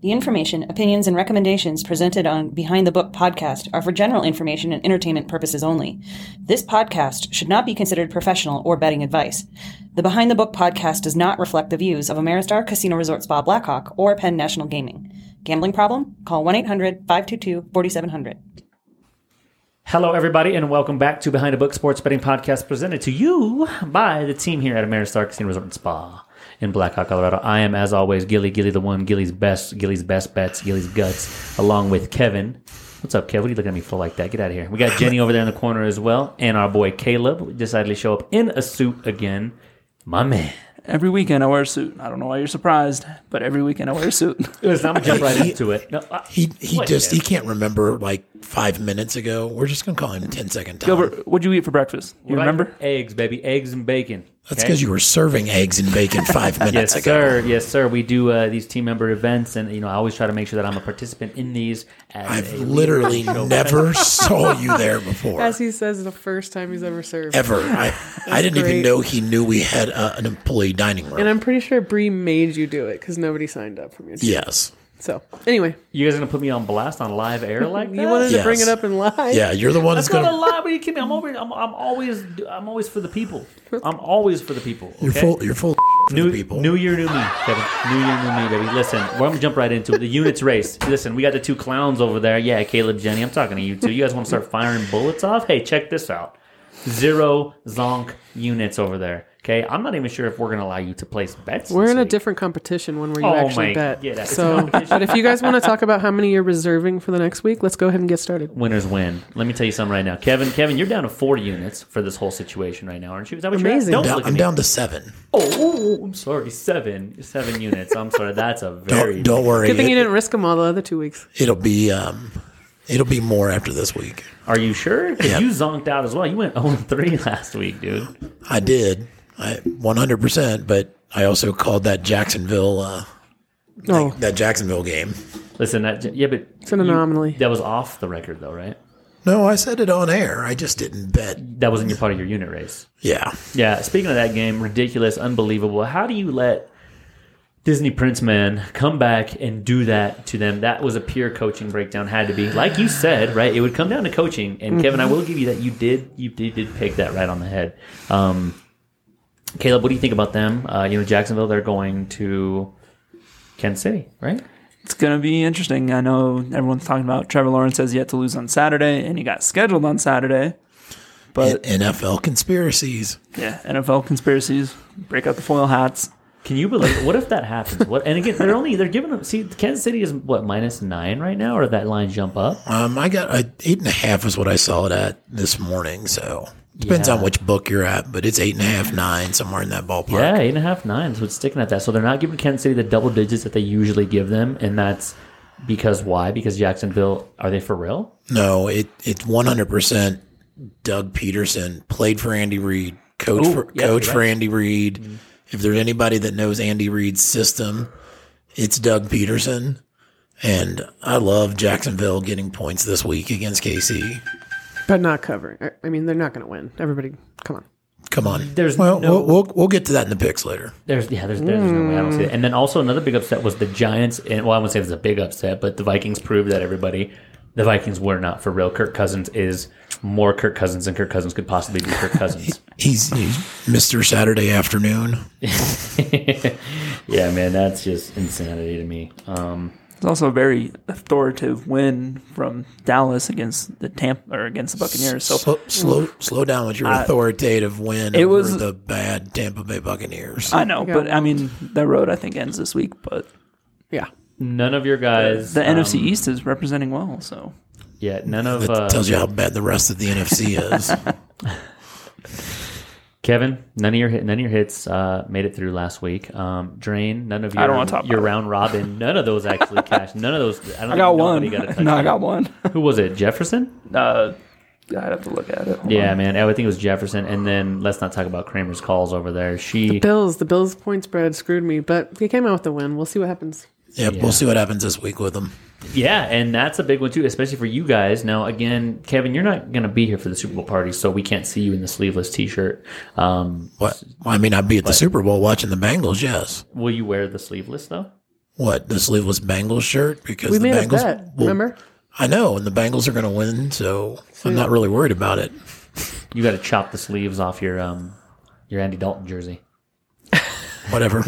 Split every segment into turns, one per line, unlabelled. The information, opinions, and recommendations presented on Behind the Book podcast are for general information and entertainment purposes only. This podcast should not be considered professional or betting advice. The Behind the Book podcast does not reflect the views of Ameristar Casino Resort Spa Blackhawk or Penn National Gaming. Gambling problem? Call 1 800 522 4700.
Hello, everybody, and welcome back to Behind the Book Sports Betting Podcast, presented to you by the team here at Ameristar Casino Resort and Spa in Blackhawk, Colorado. I am, as always, Gilly Gilly the One, Gilly's best, Gilly's best bets, Gilly's guts, along with Kevin. What's up, Kevin? What are you looking at me for like that? Get out of here. We got Jenny over there in the corner as well, and our boy Caleb decided to show up in a suit again. My man.
Every weekend I wear a suit. I don't know why you're surprised, but every weekend I wear a suit.
Listen, I'm gonna jump right into it. No, I-
He he
What
just
is?
he can't remember like five minutes ago. We're just gonna call him 10 second Tom.
Gilbert, what'd you eat for breakfast? You
What I-
remember?
eggs, baby, eggs and bacon.
That's
Okay?
because you were serving eggs and bacon five
Yes,
minutes ago.
sir. Yes, sir. We do uh, these team member events, and you know, I always try to make sure that I'm a participant in these. As
I've
a-
literally never saw you there before.
As he says, the first time he's ever served.
ever. I, I didn't even
great.
know he knew we had uh, an employee dining room.
And I'm pretty sure Bree made you do it because nobody signed up from your team.
yes.
So anyway,
you guys are gonna put me on blast on live air like that?
you wanted to bring
Yes.
it up and lie.
Yeah, you're the one that's
That's not a
gonna.
lie. What are you kidding me? I'm over. I'm, I'm always. I'm always for the people. I'm always for the people. Okay?
You're full. You're full. For
New,
the people.
new year, new me, Kevin. New year, new me, baby. Listen, we're gonna jump right into it. The units race. Listen, we got the two clowns over there. Yeah, Caleb, Jenny. I'm talking to you two. You guys want to start firing bullets off? Hey, check this out. Zero zonk units over there. Okay, I'm not even sure if we're gonna allow you to place bets.
We're
this
in a
week.
different competition when where you
Oh my-
actually bet.
yeah, that's a
so,
competition.
but if you guys want to talk about how many you're reserving for the next week, let's go ahead and get started.
winners win. Let me tell you something right now, Kevin. Kevin, you're down to four units for this whole situation right now, aren't you? Is that what
Amazing.
You're at? Don't
I'm down,
look at
I'm
me.
down to seven.
Oh, oh, oh, I'm sorry. Seven, seven units. I'm sorry. That's a very
Don't, don't worry.
Good thing you
It,
didn't risk them all the other two weeks.
it'll be um, it'll be more after this week.
Are you sure? 'Cause
Yeah.
you zonked out as well. You went 0 3 last week, dude.
I did. I 100. percent But I also called that Jacksonville. Uh,
No,
that Jacksonville game.
Listen, that yeah, but
it's an anomaly.
that was off the record though, right?
No, I said it on air. I just didn't bet.
That wasn't your part of your unit race.
Yeah.
Yeah. Speaking of that game, ridiculous, unbelievable. How do you let Disney Prince Man come back and do that to them? That was a pure coaching breakdown. Had to be, like you said, right? It would come down to coaching.
Mm-hmm.
And Kevin, I will give you that. You did, you did, did pick that right on the head. Um, Caleb, what do you think about them? Uh, you know, Jacksonville, they're going to Kansas City, right?
It's gonna be interesting. I know everyone's talking about Trevor Lawrence has yet to lose on Saturday, and he got scheduled on Saturday.
N-
But
NFL conspiracies.
yeah, NFL conspiracies. Break out the foil hats.
Can you believe? What if that happens? What? And again, they're only they're giving them. See, Kansas City is what minus nine right now, or that line jump up.
Um, I got I, eight and a half is what I saw it at this morning. So depends
Yeah.
on which book you're at, but it's eight and a half, nine, somewhere in that ballpark.
Yeah, eight and a half nine. So it's sticking at that. So they're not giving Kansas City the double digits that they usually give them, and that's because why? Because Jacksonville are they for real?
No, it it's one hundred percent. Doug Peterson played for Andy Reid, coach
Ooh,
for
yeah,
coach
you're Mm-hmm.
for Andy Reid. If there's anybody that knows Andy Reid's system, it's Doug Peterson. And I love Jacksonville getting points this week against KC.
But not covering. I- I mean, they're not going to win. Everybody, come on.
Come on.
There's
well,
no-
we'll, we'll we'll get to that in the picks later.
There's yeah, there's, there's no way I don't see it. And then also another big upset was the Giants. And well, I wouldn't say it was a big upset, but the Vikings proved that everybody, the Vikings were not for real. Kirk Cousins is more Kirk Cousins than Kirk Cousins could possibly be. Kirk Cousins.
He's, he's Mr. Saturday afternoon.
yeah, man, that's just insanity to me. Um,
It's also a very authoritative win from Dallas against the Tampa or against the Buccaneers. So
Slow, slow, slow down with your authoritative win
it
over
was-
the bad Tampa Bay Buccaneers.
I know, but I mean, that road I think ends this week. But
Yeah.
none of your guys.
the
um,
NFC East is representing well. So
Yeah, none of
that
uh,
tells you how bad the rest of the NFC is.
Kevin. None of your hit. None of your hits uh, made it through last week. Um, Drain. None of your.
I don't wanna talk
your
about it.
round robin. None of those actually cashed. None of those. I, don't
I got
think
one.
nobody Got a touchdown.
no, I got one.
Who was it? Jefferson.
Uh, I'd have to look at it. Hold
Yeah,
on.
man. I would think it was Jefferson. And then let's not talk about Kramer's calls over there. She.
Bills, the Bills point spread screwed me, but he came out with the win. We'll see what happens.
Yep,
Yeah.
we'll see what happens this week with them.
Yeah, and that's a big one too, especially for you guys. Now, again, Kevin, you're not going to be here for the Super Bowl party, so we can't see you in the sleeveless T-shirt. Um,
What? Well, I mean, I'd be at the Super Bowl watching the Bengals. Yes,
will you wear the sleeveless though?
what the sleeveless Bengals shirt because
We
the
made a
Bengals.
bet,
will-
remember?
I know, and the Bengals are going to win, so I'm not really worried about it.
You got to chop the sleeves off your um your Andy Dalton jersey.
Whatever.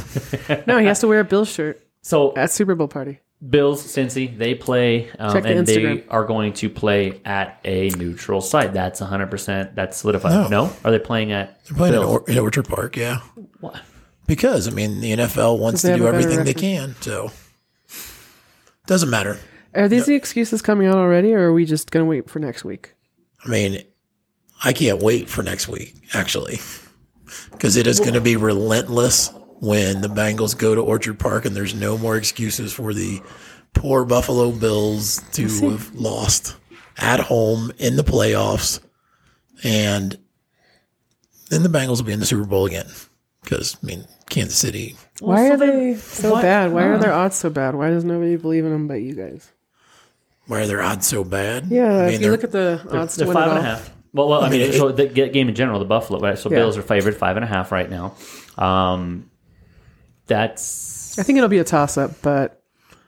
No, he has to wear a Bills shirt
So
at Super Bowl party.
Bills, Cincy, they play, um,
Check the
and they
Instagram.
are going to play at a neutral site. That's 100%. That's solidified. No.
No.
Are they playing at
They're playing in,
Bills.
or- in Orchard Park, yeah.
What?
Because I mean, the NFL wants
They
to
have
do
a better
everything they
record.
can, so doesn't matter.
Are these the excuses coming out already, or are we just going to wait for next week?
I mean, I can't wait for next week, actually, because it is going to be relentless when the Bengals go to Orchard Park and there's no more excuses for the poor Buffalo Bills to have lost at home in the playoffs. And then the Bengals will be in the Super Bowl again because, I mean, Kansas City.
Why are they so
what-
bad? Why are their odds so bad? Why does nobody believe in them but you guys?
Why are their odds so bad?
Yeah,
I mean,
if you
they're-
look at the odds to
They're
win it
five
all,
and a half. Well, well, I, mean,
mean, it-
so the g- game in general, the Buffalo, right? So
Yeah.
Bills are favored five and a half right now. Um, that's
I think it'll be a toss-up, but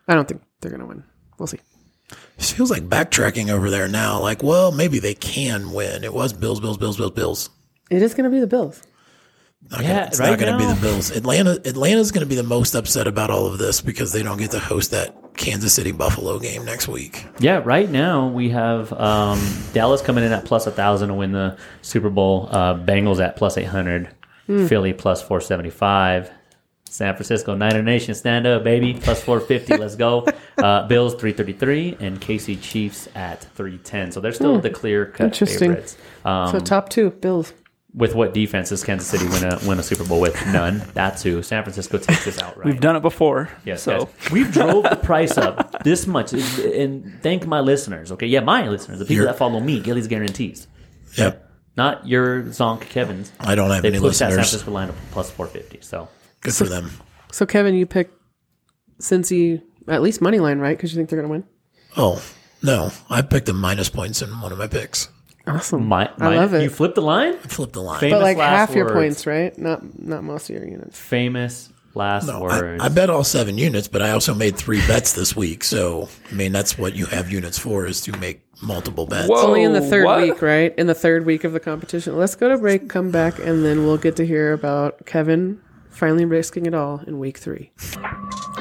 I don't think they're going to win. We'll see.
It feels like backtracking over there now. Like, well, maybe they can win. It was Bills, Bills, Bills, Bills, Bills.
It is going to be the Bills.
Not
Yeah,
gonna, it's
right
not going to be
now-
the Bills. Atlanta, Atlanta's going to be the most upset about all of this because they don't get to host that Kansas City Buffalo game next week.
Yeah, right now we have um, Dallas coming in at plus 1,000 to win the Super Bowl, uh, Bengals at plus 800, Philly plus 475, San Francisco, Niner Nation, stand up, baby, plus 450, let's go. Uh, Bills, 333, and KC Chiefs at 310. So they're still the clear cut
Interesting.
favorites. Um,
So top two, Bills.
with what defense does Kansas City win a, win a Super Bowl with? None. That's who. San Francisco takes this outright.
We've done it before.
Yes,
so
guys, we drove the price up this much, and thank my listeners. Okay, yeah, my listeners, the people
You're-
that follow me, Gilly's guarantees,
Yep.
not your zonk Kevin's.
I don't have
They
any
pushed that San
listeners.
Francisco line up plus four fifty. So
Good for them.
So Kevin, you pick Cincy at least money line, right? Because you think they're going to
Oh, no. I picked the minus points in one of my picks.
win. Awesome.
my,
I
my-
love it.
You flipped the line.
Flip the line.
Famous
but like
last
half your
words.
points, right? Not not most of your units.
Famous last
No,
words.
I, I bet all seven units, but I also made three bets this week. So, I mean, that's what you have units for is to make multiple bets.
Whoa.
Only in the
Oh,
third
what?
week, right? In the third week of the competition. Let's go to break, come back, and then we'll get to hear about Kevin finally risking it all in week three.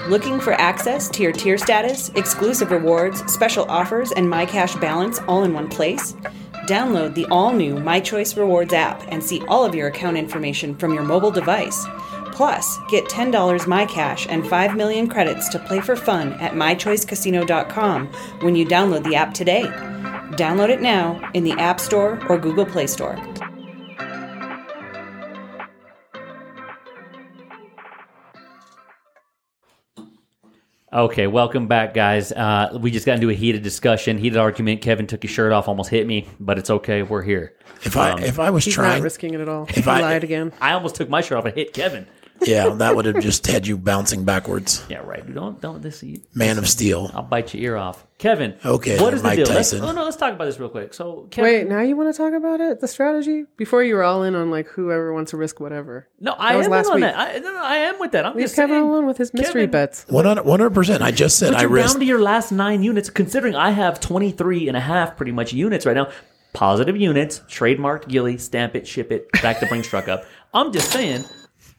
Looking for access to your tier status, exclusive rewards, special offers, and My Cash balance all in one place? Download the all new My Choice Rewards app and see all of your account information from your mobile device. Plus, get $10 My Cash and 5 million credits to play for fun at MyChoiceCasino.com when you download the app today. Download it now in the App Store or Google Play Store.
Okay, welcome back, guys. Uh, we just got into a heated discussion, heated argument. Kevin took his shirt off, almost hit me, but it's okay. We're here.
If I if I was
He's
trying,
not risking it at all.
If
he
I-
lied again.
I almost took my shirt off and hit Kevin.
yeah, that would have just had you bouncing backwards.
Yeah, right. Don't don't this.
Man of Steel.
I'll bite your ear off, Kevin.
Okay,
what
then,
is the
Mike
deal? Let's-
Tyson.
oh no, let's talk about this real quick. So, Kevin,
Wait, now you want to talk about it? The strategy? Before you were all in on like whoever wants to risk whatever.
No, I
was
am
last
on
week.
that. I, no, no, I am with that. I'm
Leave
just
Kevin
saying.
alone with his mystery
Kevin,
bets.
100 percent. I just said
But
I
you're
risked.
down to your last nine units, considering I have 23 and a half pretty much units right now. Positive units, trademark Gilly, stamp it, ship it, back the Brinks truck up. I'm just saying,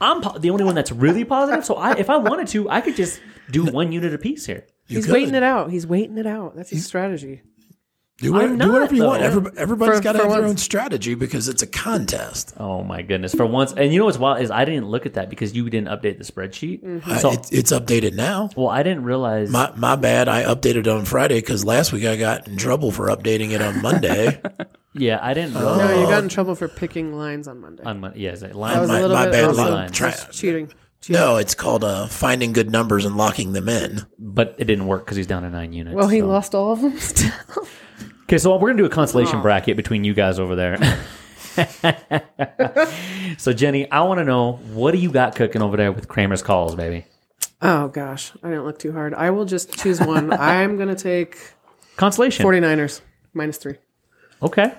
I'm po- the only one that's really positive. So I, if I wanted to, I could just do one unit apiece here.
You
He's
could.
waiting it out. He's waiting it out. That's his strategy.
Do, what,
I'm
do whatever
not,
you want.
though.
Everyb- everybody's
For-
got to
for
have their
once.
own strategy because it's a contest.
Oh my goodness! For once, and you know what's wild is I didn't look at that because you didn't update the spreadsheet.
Mm-hmm. I-
So,
it- it's updated now.
well, I didn't realize.
My, my bad. I updated it on Friday because last week I got in trouble for updating it on Monday.
yeah, I didn't
Oh. No,
realize.
you got in trouble for picking lines on Monday.
on my, yeah, is it
That
line,
was
Oh. Uh, my-
a little
my
bit
bad
also
line. Try-
just cheating.
no, it's called uh, finding good numbers and locking them in.
but it didn't work because he's down to nine units.
Well, he
so.
lost all of them. still.
Okay, so we're gonna do a consolation bracket between you guys over there. so Jenny, I want to know what do you got cooking over there with Kramer's calls, baby?
oh gosh, I didn't look too hard. I will just choose one. I'm gonna take
Consolation.
49ers minus three.
Okay.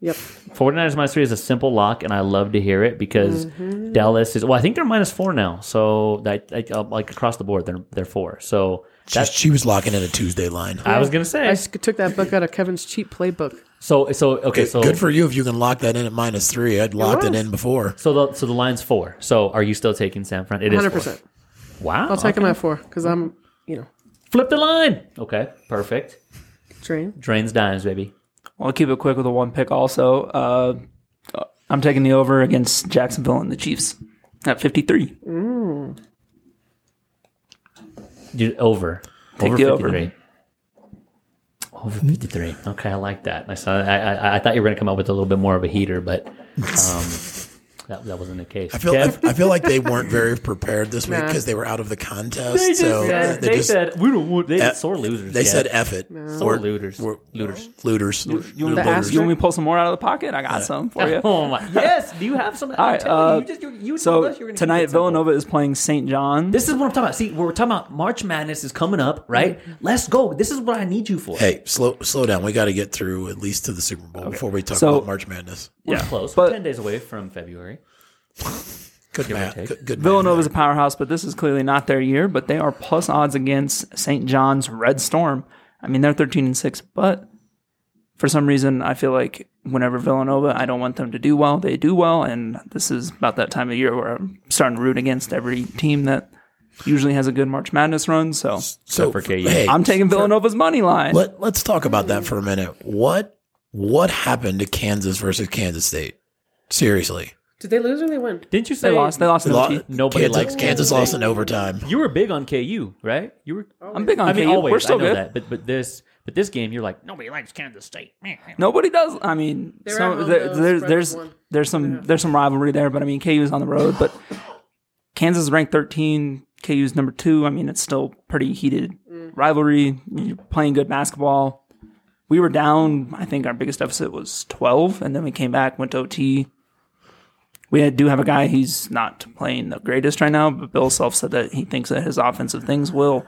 Yep.
49ers minus three is a simple lock, and I love to hear it because
Mm-hmm.
Dallas is. Well, I think they're minus four now, so that I, I, like across the board, they're they're four. So
She, she was locking in a Tuesday line.
I was gonna say
I s- took that book out of Kevin's cheap playbook.
so so okay so
Good for you if you can lock that in at minus three. I'd locked it in before.
so the so the line's four. So are you still taking San Fran? It is
100%.
four. Wow,
I'll take him at four because I'm, you know,
flip the line. Okay, perfect.
drained.
Drains dimes, baby.
Well, I'll keep it quick with a one pick also. Uh, I'm taking the over against Jacksonville and the Chiefs at 53.
Dude, over.
Take
over
the over.
53. Over 53. Okay, I like that. I saw. I, I, I thought you were going to come up with a little bit more of a heater, but um, that, that wasn't the case.
I feel,
Kev?
I, I feel like they weren't very prepared this week
Nah.
because they were out of the contest.
they just
so
said,
they,
they
just
said we don't want they
Uh,
sore losers.
they
yeah.
said F it.
sore
Or
looters. looters.
looters.
You want,
The
me,
Looters.
asterisk-
you want me to pull some more out of the pocket? I got some for you.
Oh my! Yes. Do you have some?
All right, uh, so tonight Villanova is playing St. John.
This is what I'm talking about. See, we're talking about March Madness is coming up, right?
Mm-hmm.
Let's go. This is what I need you for.
Hey, slow slow down. We got to get through at least to the Super Bowl before we talk
So-
about March Madness.
we're close. We're
but-
ten days away from February.
Good math.
take.
Good, good math.
Villanova is a powerhouse, but this is clearly not their year. But they are plus odds against St. John's Red Storm. I mean, they're 13 and 6, but for some reason, I feel like whenever Villanova, I don't want them to do well. They do well, and this is about that time of year where I'm starting to root against every team that usually has a good March Madness run. So
So
for KU.
hey,
I'm taking Villanova's money line.
let let's talk about that for a minute. What what happened to Kansas versus Kansas State? Seriously,
Did they lose or they win?
Didn't you say
They lost. They lost. to
Lo-
OT.
Nobody
Kansas,
likes Kansas
Kansas lost in overtime.
You were big on KU, right? You were.
I'm big on
I mean,
KU.
always.
We're still
I know
good.
that, but but this but this game, you're like nobody likes Kansas State. Meh.
Nobody does. I mean,
They're
some-
at home,
there-
though.
there-
Spread
there's
is one.
there's some there's some rivalry there, but I mean, KU's on the road, but Kansas is ranked 13, KU's number two. I mean, it's still pretty heated rivalry. You're playing good basketball. We were down. I think our biggest deficit was 12, and then we came back, went to OT. We had, do have a guy. He's not playing the greatest right now, but Bill Self said that he thinks that his offensive things will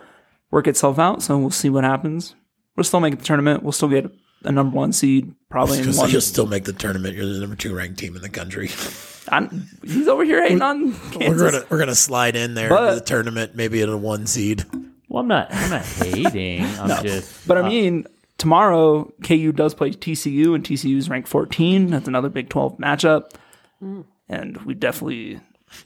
work itself out. So we'll see what happens. We'll still make the tournament. We'll still get a number one seed, probably in
Because
one.
you'll still make the tournament. You're the number two ranked team in the country.
I'm- he's over here hating on
We're
Kansas.
gonna we're gonna slide in there
But-
to the tournament, maybe at a one seed.
Well, I'm not. I'm not hating. I'm just.
Uh,
But I mean, tomorrow KU does play TCU, and TCU is ranked 14. That's another Big 12 matchup, and we definitely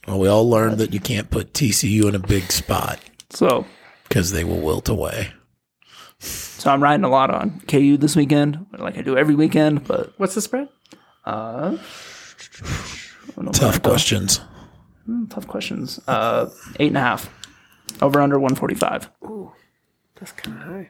Well, we all learned that you can't put TCU in a big spot
so.
because they will wilt away.
So I'm riding a lot on KU this weekend, like I do every weekend. But
What's the spread?
I don't know about
Tough
that.
questions.
Tough questions. Uh, eight and a half, over under 145.
That's kind of high.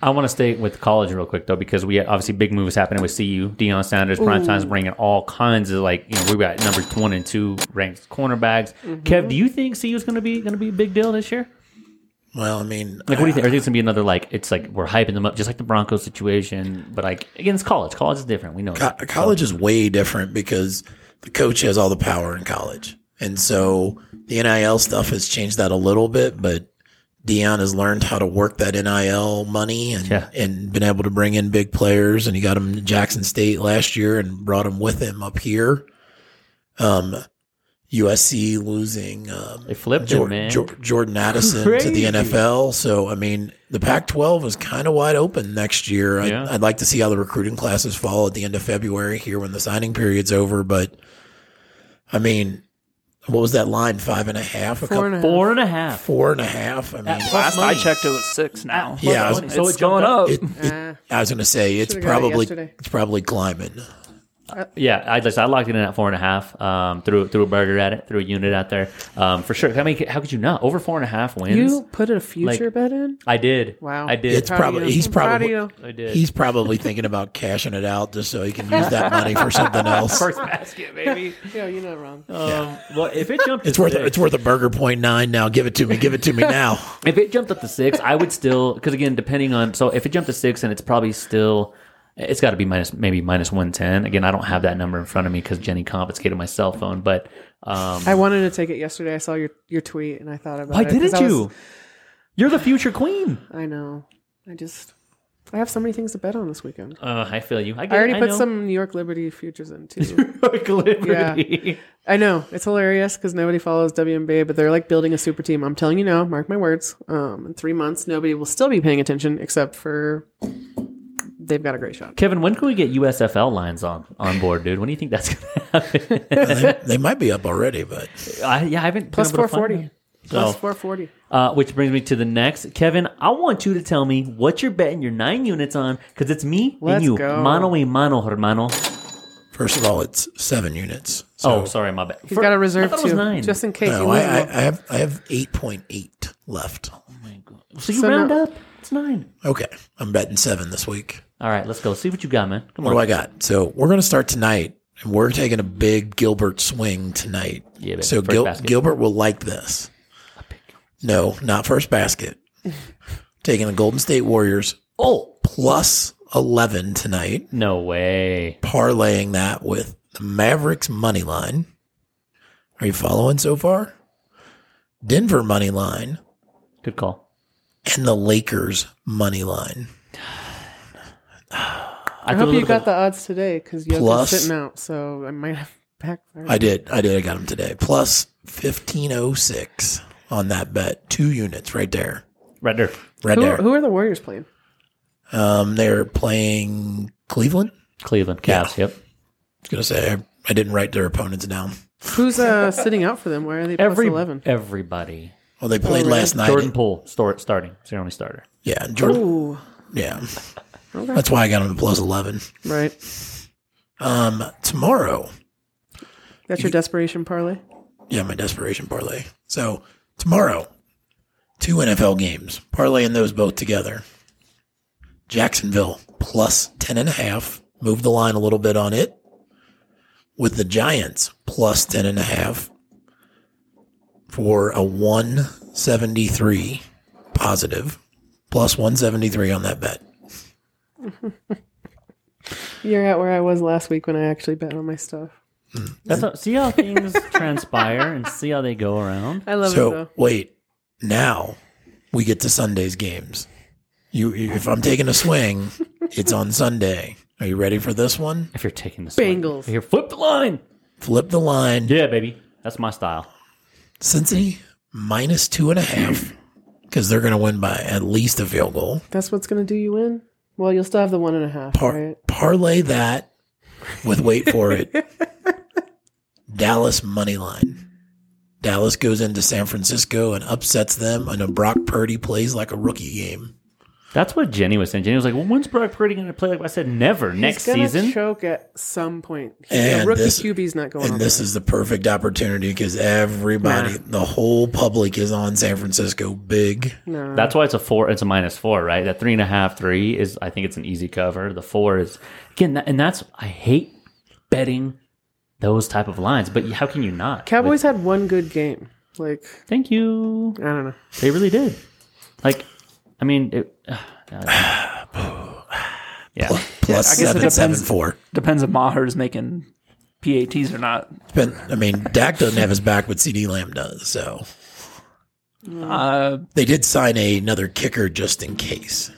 I want to stay with college real quick though, because we had obviously big moves happening with CU. Deion Sanders, prime times bringing all kinds of like you know we got number one and two ranked cornerbacks. Kev, do you think CU is going to be going to be a big deal this year?
Well, I mean,
Like, what do you think? Or do you think it's gonna be another like it's like we're hyping them up, just like the Broncos situation, but like again, it's college. College is different. We know.
Co-
that.
college is way different because the coach has all the power in college. And so the NIL stuff has changed that a little bit, but Dion has learned how to work that NIL money and,
Yeah.
and been able to bring in big players. And he got him to Jackson State last year and brought him with him up here. Um, USC losing um,
They flipped
Jor-
it, man.
Jor- Jordan Addison to the
Crazy.
NFL. So, I mean, the Pac 12 is kind of wide open next year. I,
Yeah.
I'd like to see how the recruiting classes fall at the end of February here when the signing period's over. But, I mean, what was that line? Five and a half? A
Four and a half.
Four and a half.
Four and a half. I mean,
Last I checked, it was six now.
Plus
Yeah, I was-
money.
So Uh, it's,
jumped
going up.
it- it-
Ah.
I was going to say it's
Should've got it
probably
yesterday.
it's probably climbing.
Yeah, I just I locked it in at four and a half. Um, threw threw a burger at it, threw a unit out there. Um, for sure. I mean, how could you not over four and a half wins?
You put a future
Like-
bet in?
I did.
Wow.
I did.
It's
Proud of
probably
you.
he's
I'm proud of
probably
you.
I did.
he's probably thinking about cashing it out just so he can use that money for something else.
first basket, baby.
Yeah, you're not wrong.
Um, well, if it jumped,
It's worth
six,
it's worth a burger point nine now. Give it to me. Give it to me now.
If it jumped up to six, I would still because again, depending on so if it jumped to six and it's probably still, it's got to be minus maybe minus one ten. Again, I don't have that number in front of me because Jenny confiscated my cell phone. But um,
I wanted to take it yesterday. I saw your, your tweet and I thought about
why
it. 'cause
didn't
I was-
you? You're the future queen.
I know. I just I have so many things to bet on this weekend.
Uh, I feel you. I, get,
I already
it. I
put
know.
some New York Liberty futures in too.
Quick Liberty.
I know it's hilarious because nobody follows WNBA, but they're like building a super team. I'm telling you now, mark my words. Um, in three months, nobody will still be paying attention except for they've got a great shot.
Kevin, when can we get USFL lines on on board, dude? When do you think that's gonna happen?
they, they might be up already, but
I, yeah, I haven't been
Plus
able to find
440.
them.
Plus
So,
440.
uh, which brings me to the next, Kevin. I want you to tell me what you're betting your nine units on, because it's me
Let's
and you,
go.
mano y mano, hermano.
first of all, it's seven units.
oh, sorry, my bad.
He's got a reserve
I thought it was
too,
nine.
just in case.
No,
you
I,
lose
I,
them all.
I have I have eight point eight left.
So you
So
round
now-
up. It's nine.
Okay, I'm betting seven this week.
All right, let's go. See what you got, man. Come
What
on.
do I got? So we're going to start tonight, and we're taking a big Gilbert swing tonight.
Yeah, baby.
so
First
Gil-
basket.
Gilbert will like this. No, not first basket. taking the Golden State Warriors. Oh, plus eleven tonight.
No way.
Parlaying that with the Mavericks money line. Are you following so far? Denver money line
Good call.
and the Lakers money line.
I hope you got the odds today because you have
Plus-
been sitting out, so I might have backfired.
I did. I did. I got him today. Plus 1506 on that bet. Two units right there.
right there.
Right
who,
there.
who are the Warriors playing?
Um, they're playing Cleveland. I
Cleveland Cavs. Yep.
was going to say, I, I didn't write their opponents down.
Who's uh, sitting out for them? Why are they plus
Every
eleven?
everybody.
Well,
Oh,
they played last night.
Jordan Poole start, starting. It's your only starter.
Yeah. Jordan.
Ooh,
Yeah. That's why I got him to plus 11.
right.
Um, tomorrow.
That's your desperation parlay.
Yeah, my desperation parlay. So tomorrow, two NFL games. Parlaying those both together. Jacksonville plus 10 and a half. Move the line a little bit on it. With the Giants plus 10 and a half for a 173 positive. Plus 173 on that bet.
You're at where I was last week when I actually bet on my stuff.
That's how, see how things transpire and see how they go around.
I love it
so
though.
wait, now we get to Sunday's games. You, you- if I'm taking a swing, it's on Sunday. Are you ready for this one?
If you're taking the swing.
Bengals.
here, flip the line.
Flip the line.
Yeah, baby, that's my style.
Cincy minus two and a half because they're going to win by at least a field goal.
That's what's going to do you in. Well, you'll still have the one and a half,
Par-
right?
Parlay that with wait for it. Dallas money line. Dallas goes into San Francisco and upsets them, and a Brock Purdy plays like a rookie game.
That's what Jenny was saying. Jenny was like, "Well, when's Brock Purdy going to play?" Like I said, never. Next
He's gonna
season.
choke at some point. He- a
And
rookie
this-
QB's not going. on
And this is the perfect opportunity because everybody, the whole public is on San Francisco big.
no.
that's why it's a four. It's a minus four, right? That three and a half, three is. I think it's an easy cover. The four is again, that, and that's. I hate betting those type of lines, but how can you not?
Cowboys had one good game. Like
Thank you.
I don't know.
They really did. Like, I mean, it, uh, yeah.
Plus
guess it
seven, seven,
depends.
four.
Depends if Maher's making PATs or not.
But, I mean, Dak doesn't have his back, but CD Lamb does. So
Uh,
They did sign a, another kicker just in case.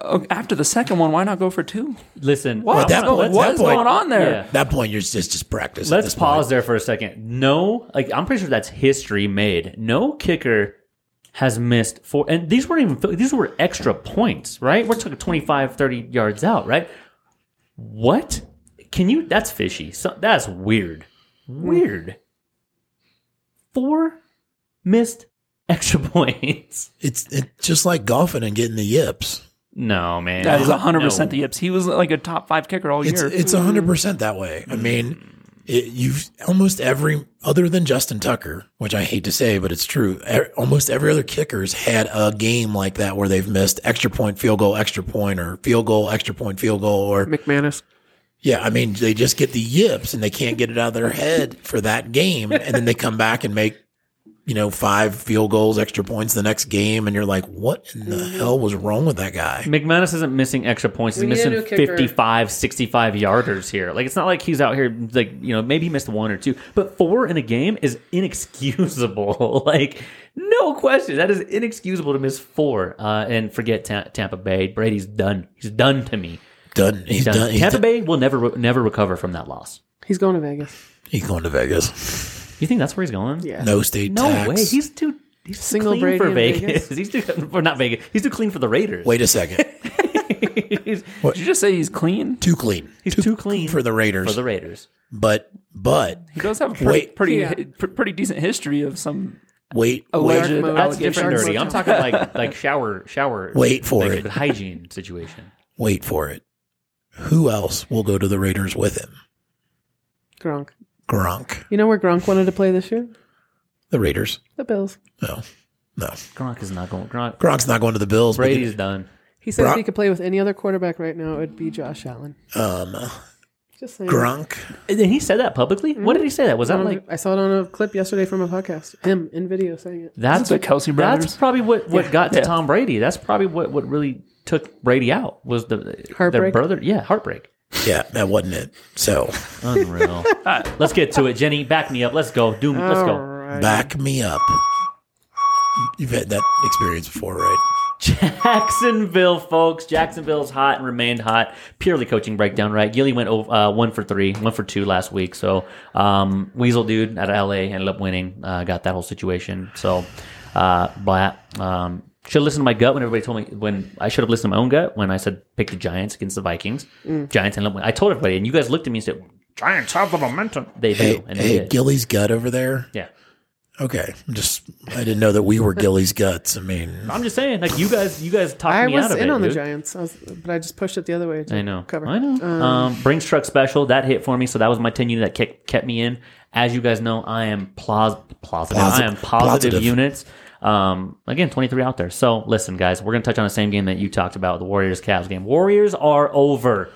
oh, after the second one, why not go for two?
Listen,
What?
that
No,
point-
what
that
is
point-
going on there?
Yeah.
At that point, you're just just practice. at
Let's
this
pause
point.
there for a second. No, like I'm pretty sure that's history made. No kicker has missed four, and these weren't even field- these were extra points, right? We're talking 25, 30 yards out, right? What? Can you? That's fishy. So, that's weird.
Hmm.
Weird. Four missed extra points.
It's it's just like golfing and getting the yips.
No man,
That is 100%
No.
the yips. He was like a top five kicker all
It's
year.
it's hundred percent that way. I mean, it, you've almost every other than Justin Tucker, which I hate to say, but it's true. e- Almost every other kicker's had a game like that where they've missed extra point, field goal, extra point, or field goal, extra point, field goal, or
McManus.
Yeah, I mean, they just get the yips and they can't get it out of their head for that game. And then they come back and make you know, five field goals, extra points the next game, and you're like, what in the hell was wrong with that guy?
McManus isn't missing extra points. He's
We need a
missing
new kicker.
55, 65 yarders here. Like, it's not like he's out here, like, you know, maybe he missed one or two, but four in a game is inexcusable. like, no question. That is inexcusable to miss four. Uh, and forget Ta- Tampa Bay. Brady's done. He's done to me.
Done. He's
Done.
done. He's,
Tampa
done.
Bay will never, re- never recover from that loss.
He's going to Vegas.
he's going to Vegas.
You think that's where he's going?
Yeah.
No state
No
tax.
way. He's too. He's too
Single
clean
Brady
for
in
Vegas.
Vegas?
he's too for not Vegas. He's too clean for the Raiders.
Wait a second.
he's,
Did you just say he's clean?
Too clean.
he's too clean
for the Raiders.
for the Raiders.
but but
He does have a pretty
Wait.
pretty,
Yeah.
pr- pretty decent history of some
wait
Oh.
alleged
wait
mode.
That's different
Sharks
dirty. I'm
love
talking like like shower shower.
Wait for
like
it.
Hygiene situation.
wait for it. Who else will go to the Raiders with him?
Gronk.
Gronk.
You know where Gronk wanted to play this year?
The Raiders.
The Bills.
No. No.
Gronk is not going. Gronk.
Gronk's not going to the Bills. but
Brady's done.
He said
Gronk-
if he could play with any other quarterback right now, it would be Josh Allen.
um
Just saying.
Gronk.
And he said that publicly. What did he say? That was
I
that
don't-
like
I saw it on a clip yesterday from a podcast. Him in video saying it.
that's
the Kelsey brothers?
That's probably what what got to
Yeah.
Tom Brady. That's probably what what really took Brady out was the their
Heartbreak?
brother. Yeah, heartbreak.
Yeah, that wasn't it. So
Unreal. All right, let's get to it, Jenny. Back me up. Let's go. Doom. Let's
All
go.
right.
back me up. You've had that experience before, right?
Jacksonville, folks. Jacksonville's hot and remained hot. Purely coaching breakdown, right? Gilly went over, uh, one for three, one for two last week. So um, Weasel dude out of LA ended up winning. Uh, got that whole situation. So, uh, but um, should listen to my gut when everybody told me when I should have listened to my own gut when I said pick the Giants against the Vikings.
Mm.
Giants ended up winning. I told everybody, and you guys looked at me and said Giants have the momentum. They do,
Hey,
and they
hey
did.
Gilly's gut over there.
yeah.
Okay. I'm just I didn't know that we were Gilly's guts. I mean
I'm just saying, like you guys, you guys talked
I
me
was
out of
in
it.
on the
dude.
Giants, I was, but I just pushed it the other way. To
I know.
Cover.
I know. Um, Brinks truck special that hit for me, so that was my ten unit that kept kept me in. As you guys know, I am plaus- plausible.
Plausi-
I am positive,
positive.
units. Um, again, twenty three out there. So listen, guys, we're gonna touch on the same game that you talked about, the Warriors Cavs game. Warriors are over.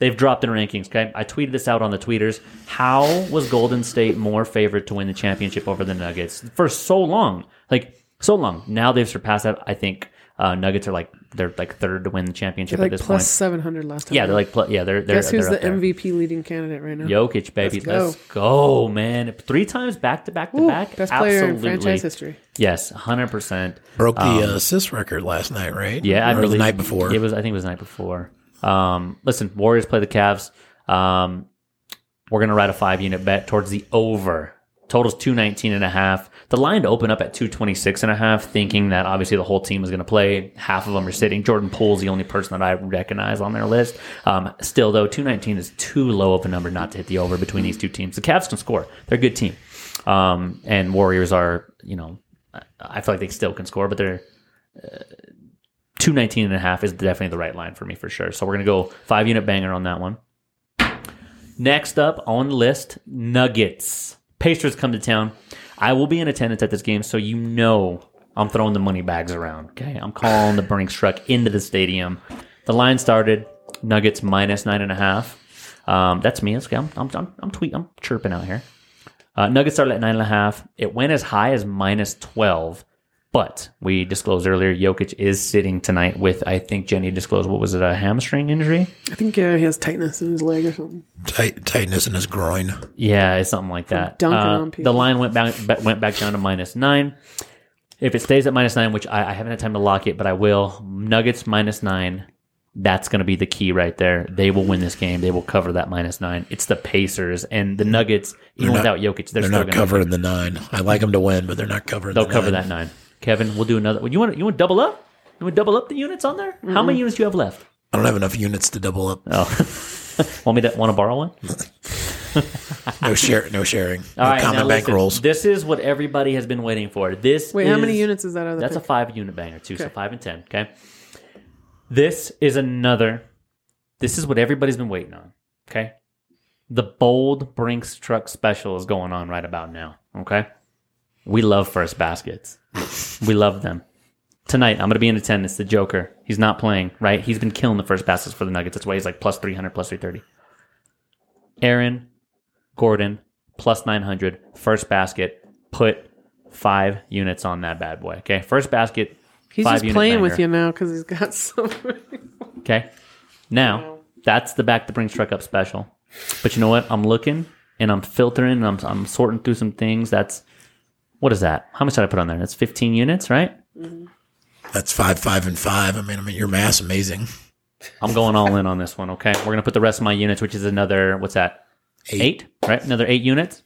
They've dropped in rankings. Okay, I tweeted this out on the tweeters. How was Golden State more favored to win the championship over the Nuggets for so long? Like so long. Now they've surpassed that. I think uh, Nuggets are like they're like third to win the championship
Like
at this point.
plus seven hundred last time.
Yeah, they're like, pl- yeah, they're they're.
guess who's
they're
the
up there.
MVP leading candidate right now?
Jokic, baby, let's
Let's
go.
go.
man! Three times back to back to
Ooh,
back.
best player
Absolutely.
in franchise history.
Yes, hundred percent.
broke the uh, assist record last night, right?
Um, Yeah, I
or
believe
the night before.
It was, I think, it was the night before. Um, listen, Warriors play the Cavs. Um, we're gonna ride a five unit bet towards the over. Totals 219 and a half. The line to open up at 226 and a half, thinking that obviously the whole team is going to play. Half of them are sitting. Jordan Poole's the only person that I recognize on their list. Um, still, though, 219 is too low of a number not to hit the over between these two teams. The Cavs can score. They're a good team. Um, and Warriors are, you know, I- I feel like they still can score, but they're 219 and a half is definitely the right line for me for sure. So we're going to go five unit banger on that one. Next up on the list, Nuggets. Pacers come to town. I will be in attendance at this game, so you know I'm throwing the money bags around. Okay. I'm calling the Brinks truck into the stadium. The line started Nuggets minus nine and a half. Um, that's me. That's okay. I'm, I'm, I'm, I'm tweet. I'm chirping out here. Uh, Nuggets started at nine and a half. It went as high as minus twelve, but we disclosed earlier Jokic is sitting tonight with I think Jenny disclosed what was it a hamstring injury?
I think uh, he has tightness in his leg or something.
Tight, tightness in his groin.
Yeah, it's something like that.
dunking
Uh,
on people.
the line went back ba- went back down to minus nine. If it stays at minus nine, which I, I haven't had time to lock it, but I will. Nuggets minus nine. That's going to be the key right there. They will win this game. They will cover that minus nine. It's the Pacers and the Nuggets. Even
They're not-
without Jokic, they're, still
They're not
going to
covering the nine. I like them to win, but they're not covering.
They'll
the
cover
nine.
that nine. Kevin, we'll do another. You want you want to double up? You want to double up the units on there? How many units do you have left?
I don't have enough units to double up.
Oh, want me to want to borrow one?
No share, no sharing. no
All right, now
common bank
listen,
rolls.
This is what everybody has been waiting for. This
Wait, how many
is-
units is that other?
That's a
pick?
five unit banger too, so
Okay.
five and ten. Okay. This is another. This is what everybody's been waiting on. Okay. The bold Brinks truck special is going on right about now. Okay. We love first baskets. we love them. Tonight, I'm going to be in attendance. The Joker, he's not playing, right? He's been killing the first baskets for the Nuggets. That's why he's like plus 300, plus 330. Aaron Gordon, plus 900, first basket, put five units on that bad boy. Okay, first basket.
He's
five
just
unit
playing with
banger.
you now because he's got so. many.
Okay. Now, that's the back the brings truck up special. But you know what? I'm looking and I'm filtering and I'm, I'm sorting through some things. That's what is that? How much did I put on there? That's 15 units, right?
That's five, five, and five. I mean, I mean, your math's amazing.
I'm going all in on this one. Okay. We're going to put the rest of my units, which is another, what's that?
Eight.
eight, right? Another eight units.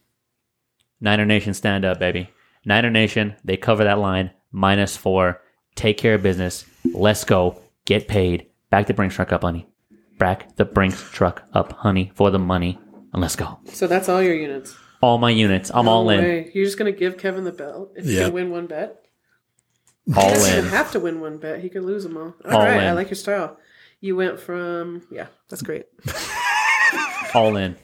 Niner Nation, stand up, baby. Niner Nation, they cover that line minus four. Take care of business. Let's go. Get paid. Back the Brinks truck up, honey. Back the Brinks truck up, honey, for the money. And let's go.
So that's all your units.
All my units. I'm all
No
in.
way. You're just gonna give Kevin the belt. If he
Yeah.
can win one bet, he
All
doesn't even
in.
have to win one bet. He could lose them all. All right,
All in.
I like your style. You went from yeah, that's great.
All in.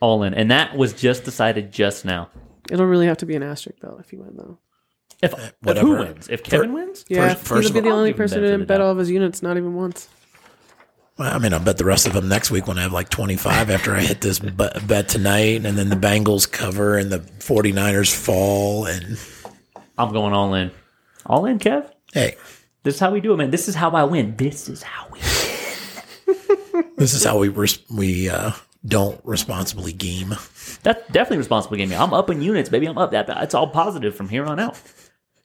All in. And that was just decided just now.
It'll really have to be an asterisk belt if you win though.
If, if
Uh, whatever.
who wins? If Kevin wins?
Yeah,
First- first
he'll be
of
the
all-
only
Give him
person
benefit
who
of
didn't
the
bet
doubt.
all of his units, not even once.
Well, I mean, I'll bet the rest of them next week when I have like 25 after I hit this bu- bet tonight, and then the Bengals cover and the 49ers fall. And
I'm going all in. All in, Kev.
hey,
This is how we do it, man. This is how I win. This is how we
this is how we res- we uh, don't responsibly game.
That's definitely responsible gaming. I'm up in units, baby. I'm up. That it's all positive from here on out.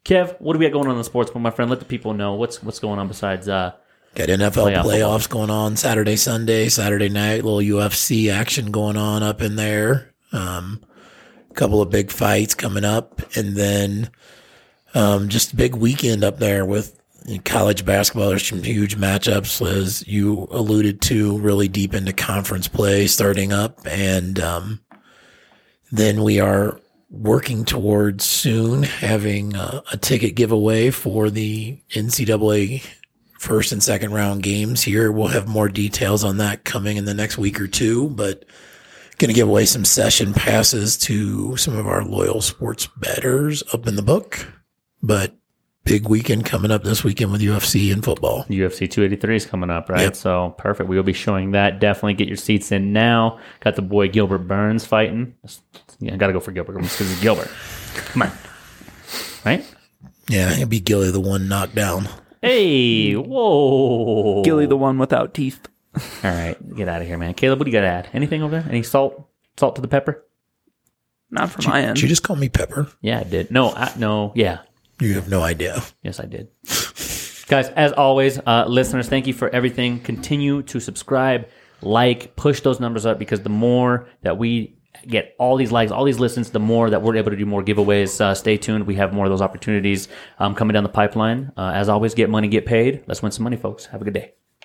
Kev, what do we got going on in the sports book, my friend? Let the people know what's what's going on besides uh
Got NFL
Playoff
playoffs going on Saturday, Sunday, Saturday night. Little UFC action going on up in there. Um, couple of big fights coming up, and then um, just a big weekend up there with college basketball. There's some huge matchups, as you alluded to, really deep into conference play starting up, and um, then we are working towards soon having uh, a ticket giveaway for the NCAA first and second round games here. We'll have more details on that coming in the next week or two, but going to give away some session passes to some of our loyal sports betters up in the book. But big weekend coming up this weekend with UFC and football.
UFC 283 is coming up, right?
Yep.
So perfect. We will be showing that. Definitely get your seats in now. Got the boy Gilbert Burns fighting. Yeah, I gotta go for Gilbert because it's Gilbert. Come on, right?
Yeah, it'll be Gilly the one knocked down.
Hey, whoa,
Gilly, the one without teeth.
All right, get out of here, man. Caleb, what do you got to add? Anything over there? Any salt? Salt to the pepper?
Not from my
Did you
end.
just call me Pepper?
Yeah, I did. No, I, no, yeah.
You have no idea.
Yes, I did. Guys, as always, uh, listeners, thank you for everything. Continue to subscribe, like, push those numbers up because the more that we get all these likes, all these listens, the more that we're able to do more giveaways. Uh, stay tuned. We have more of those opportunities um, coming down the pipeline. Uh, as always, get money, get paid. Let's win some money, folks. Have a good day.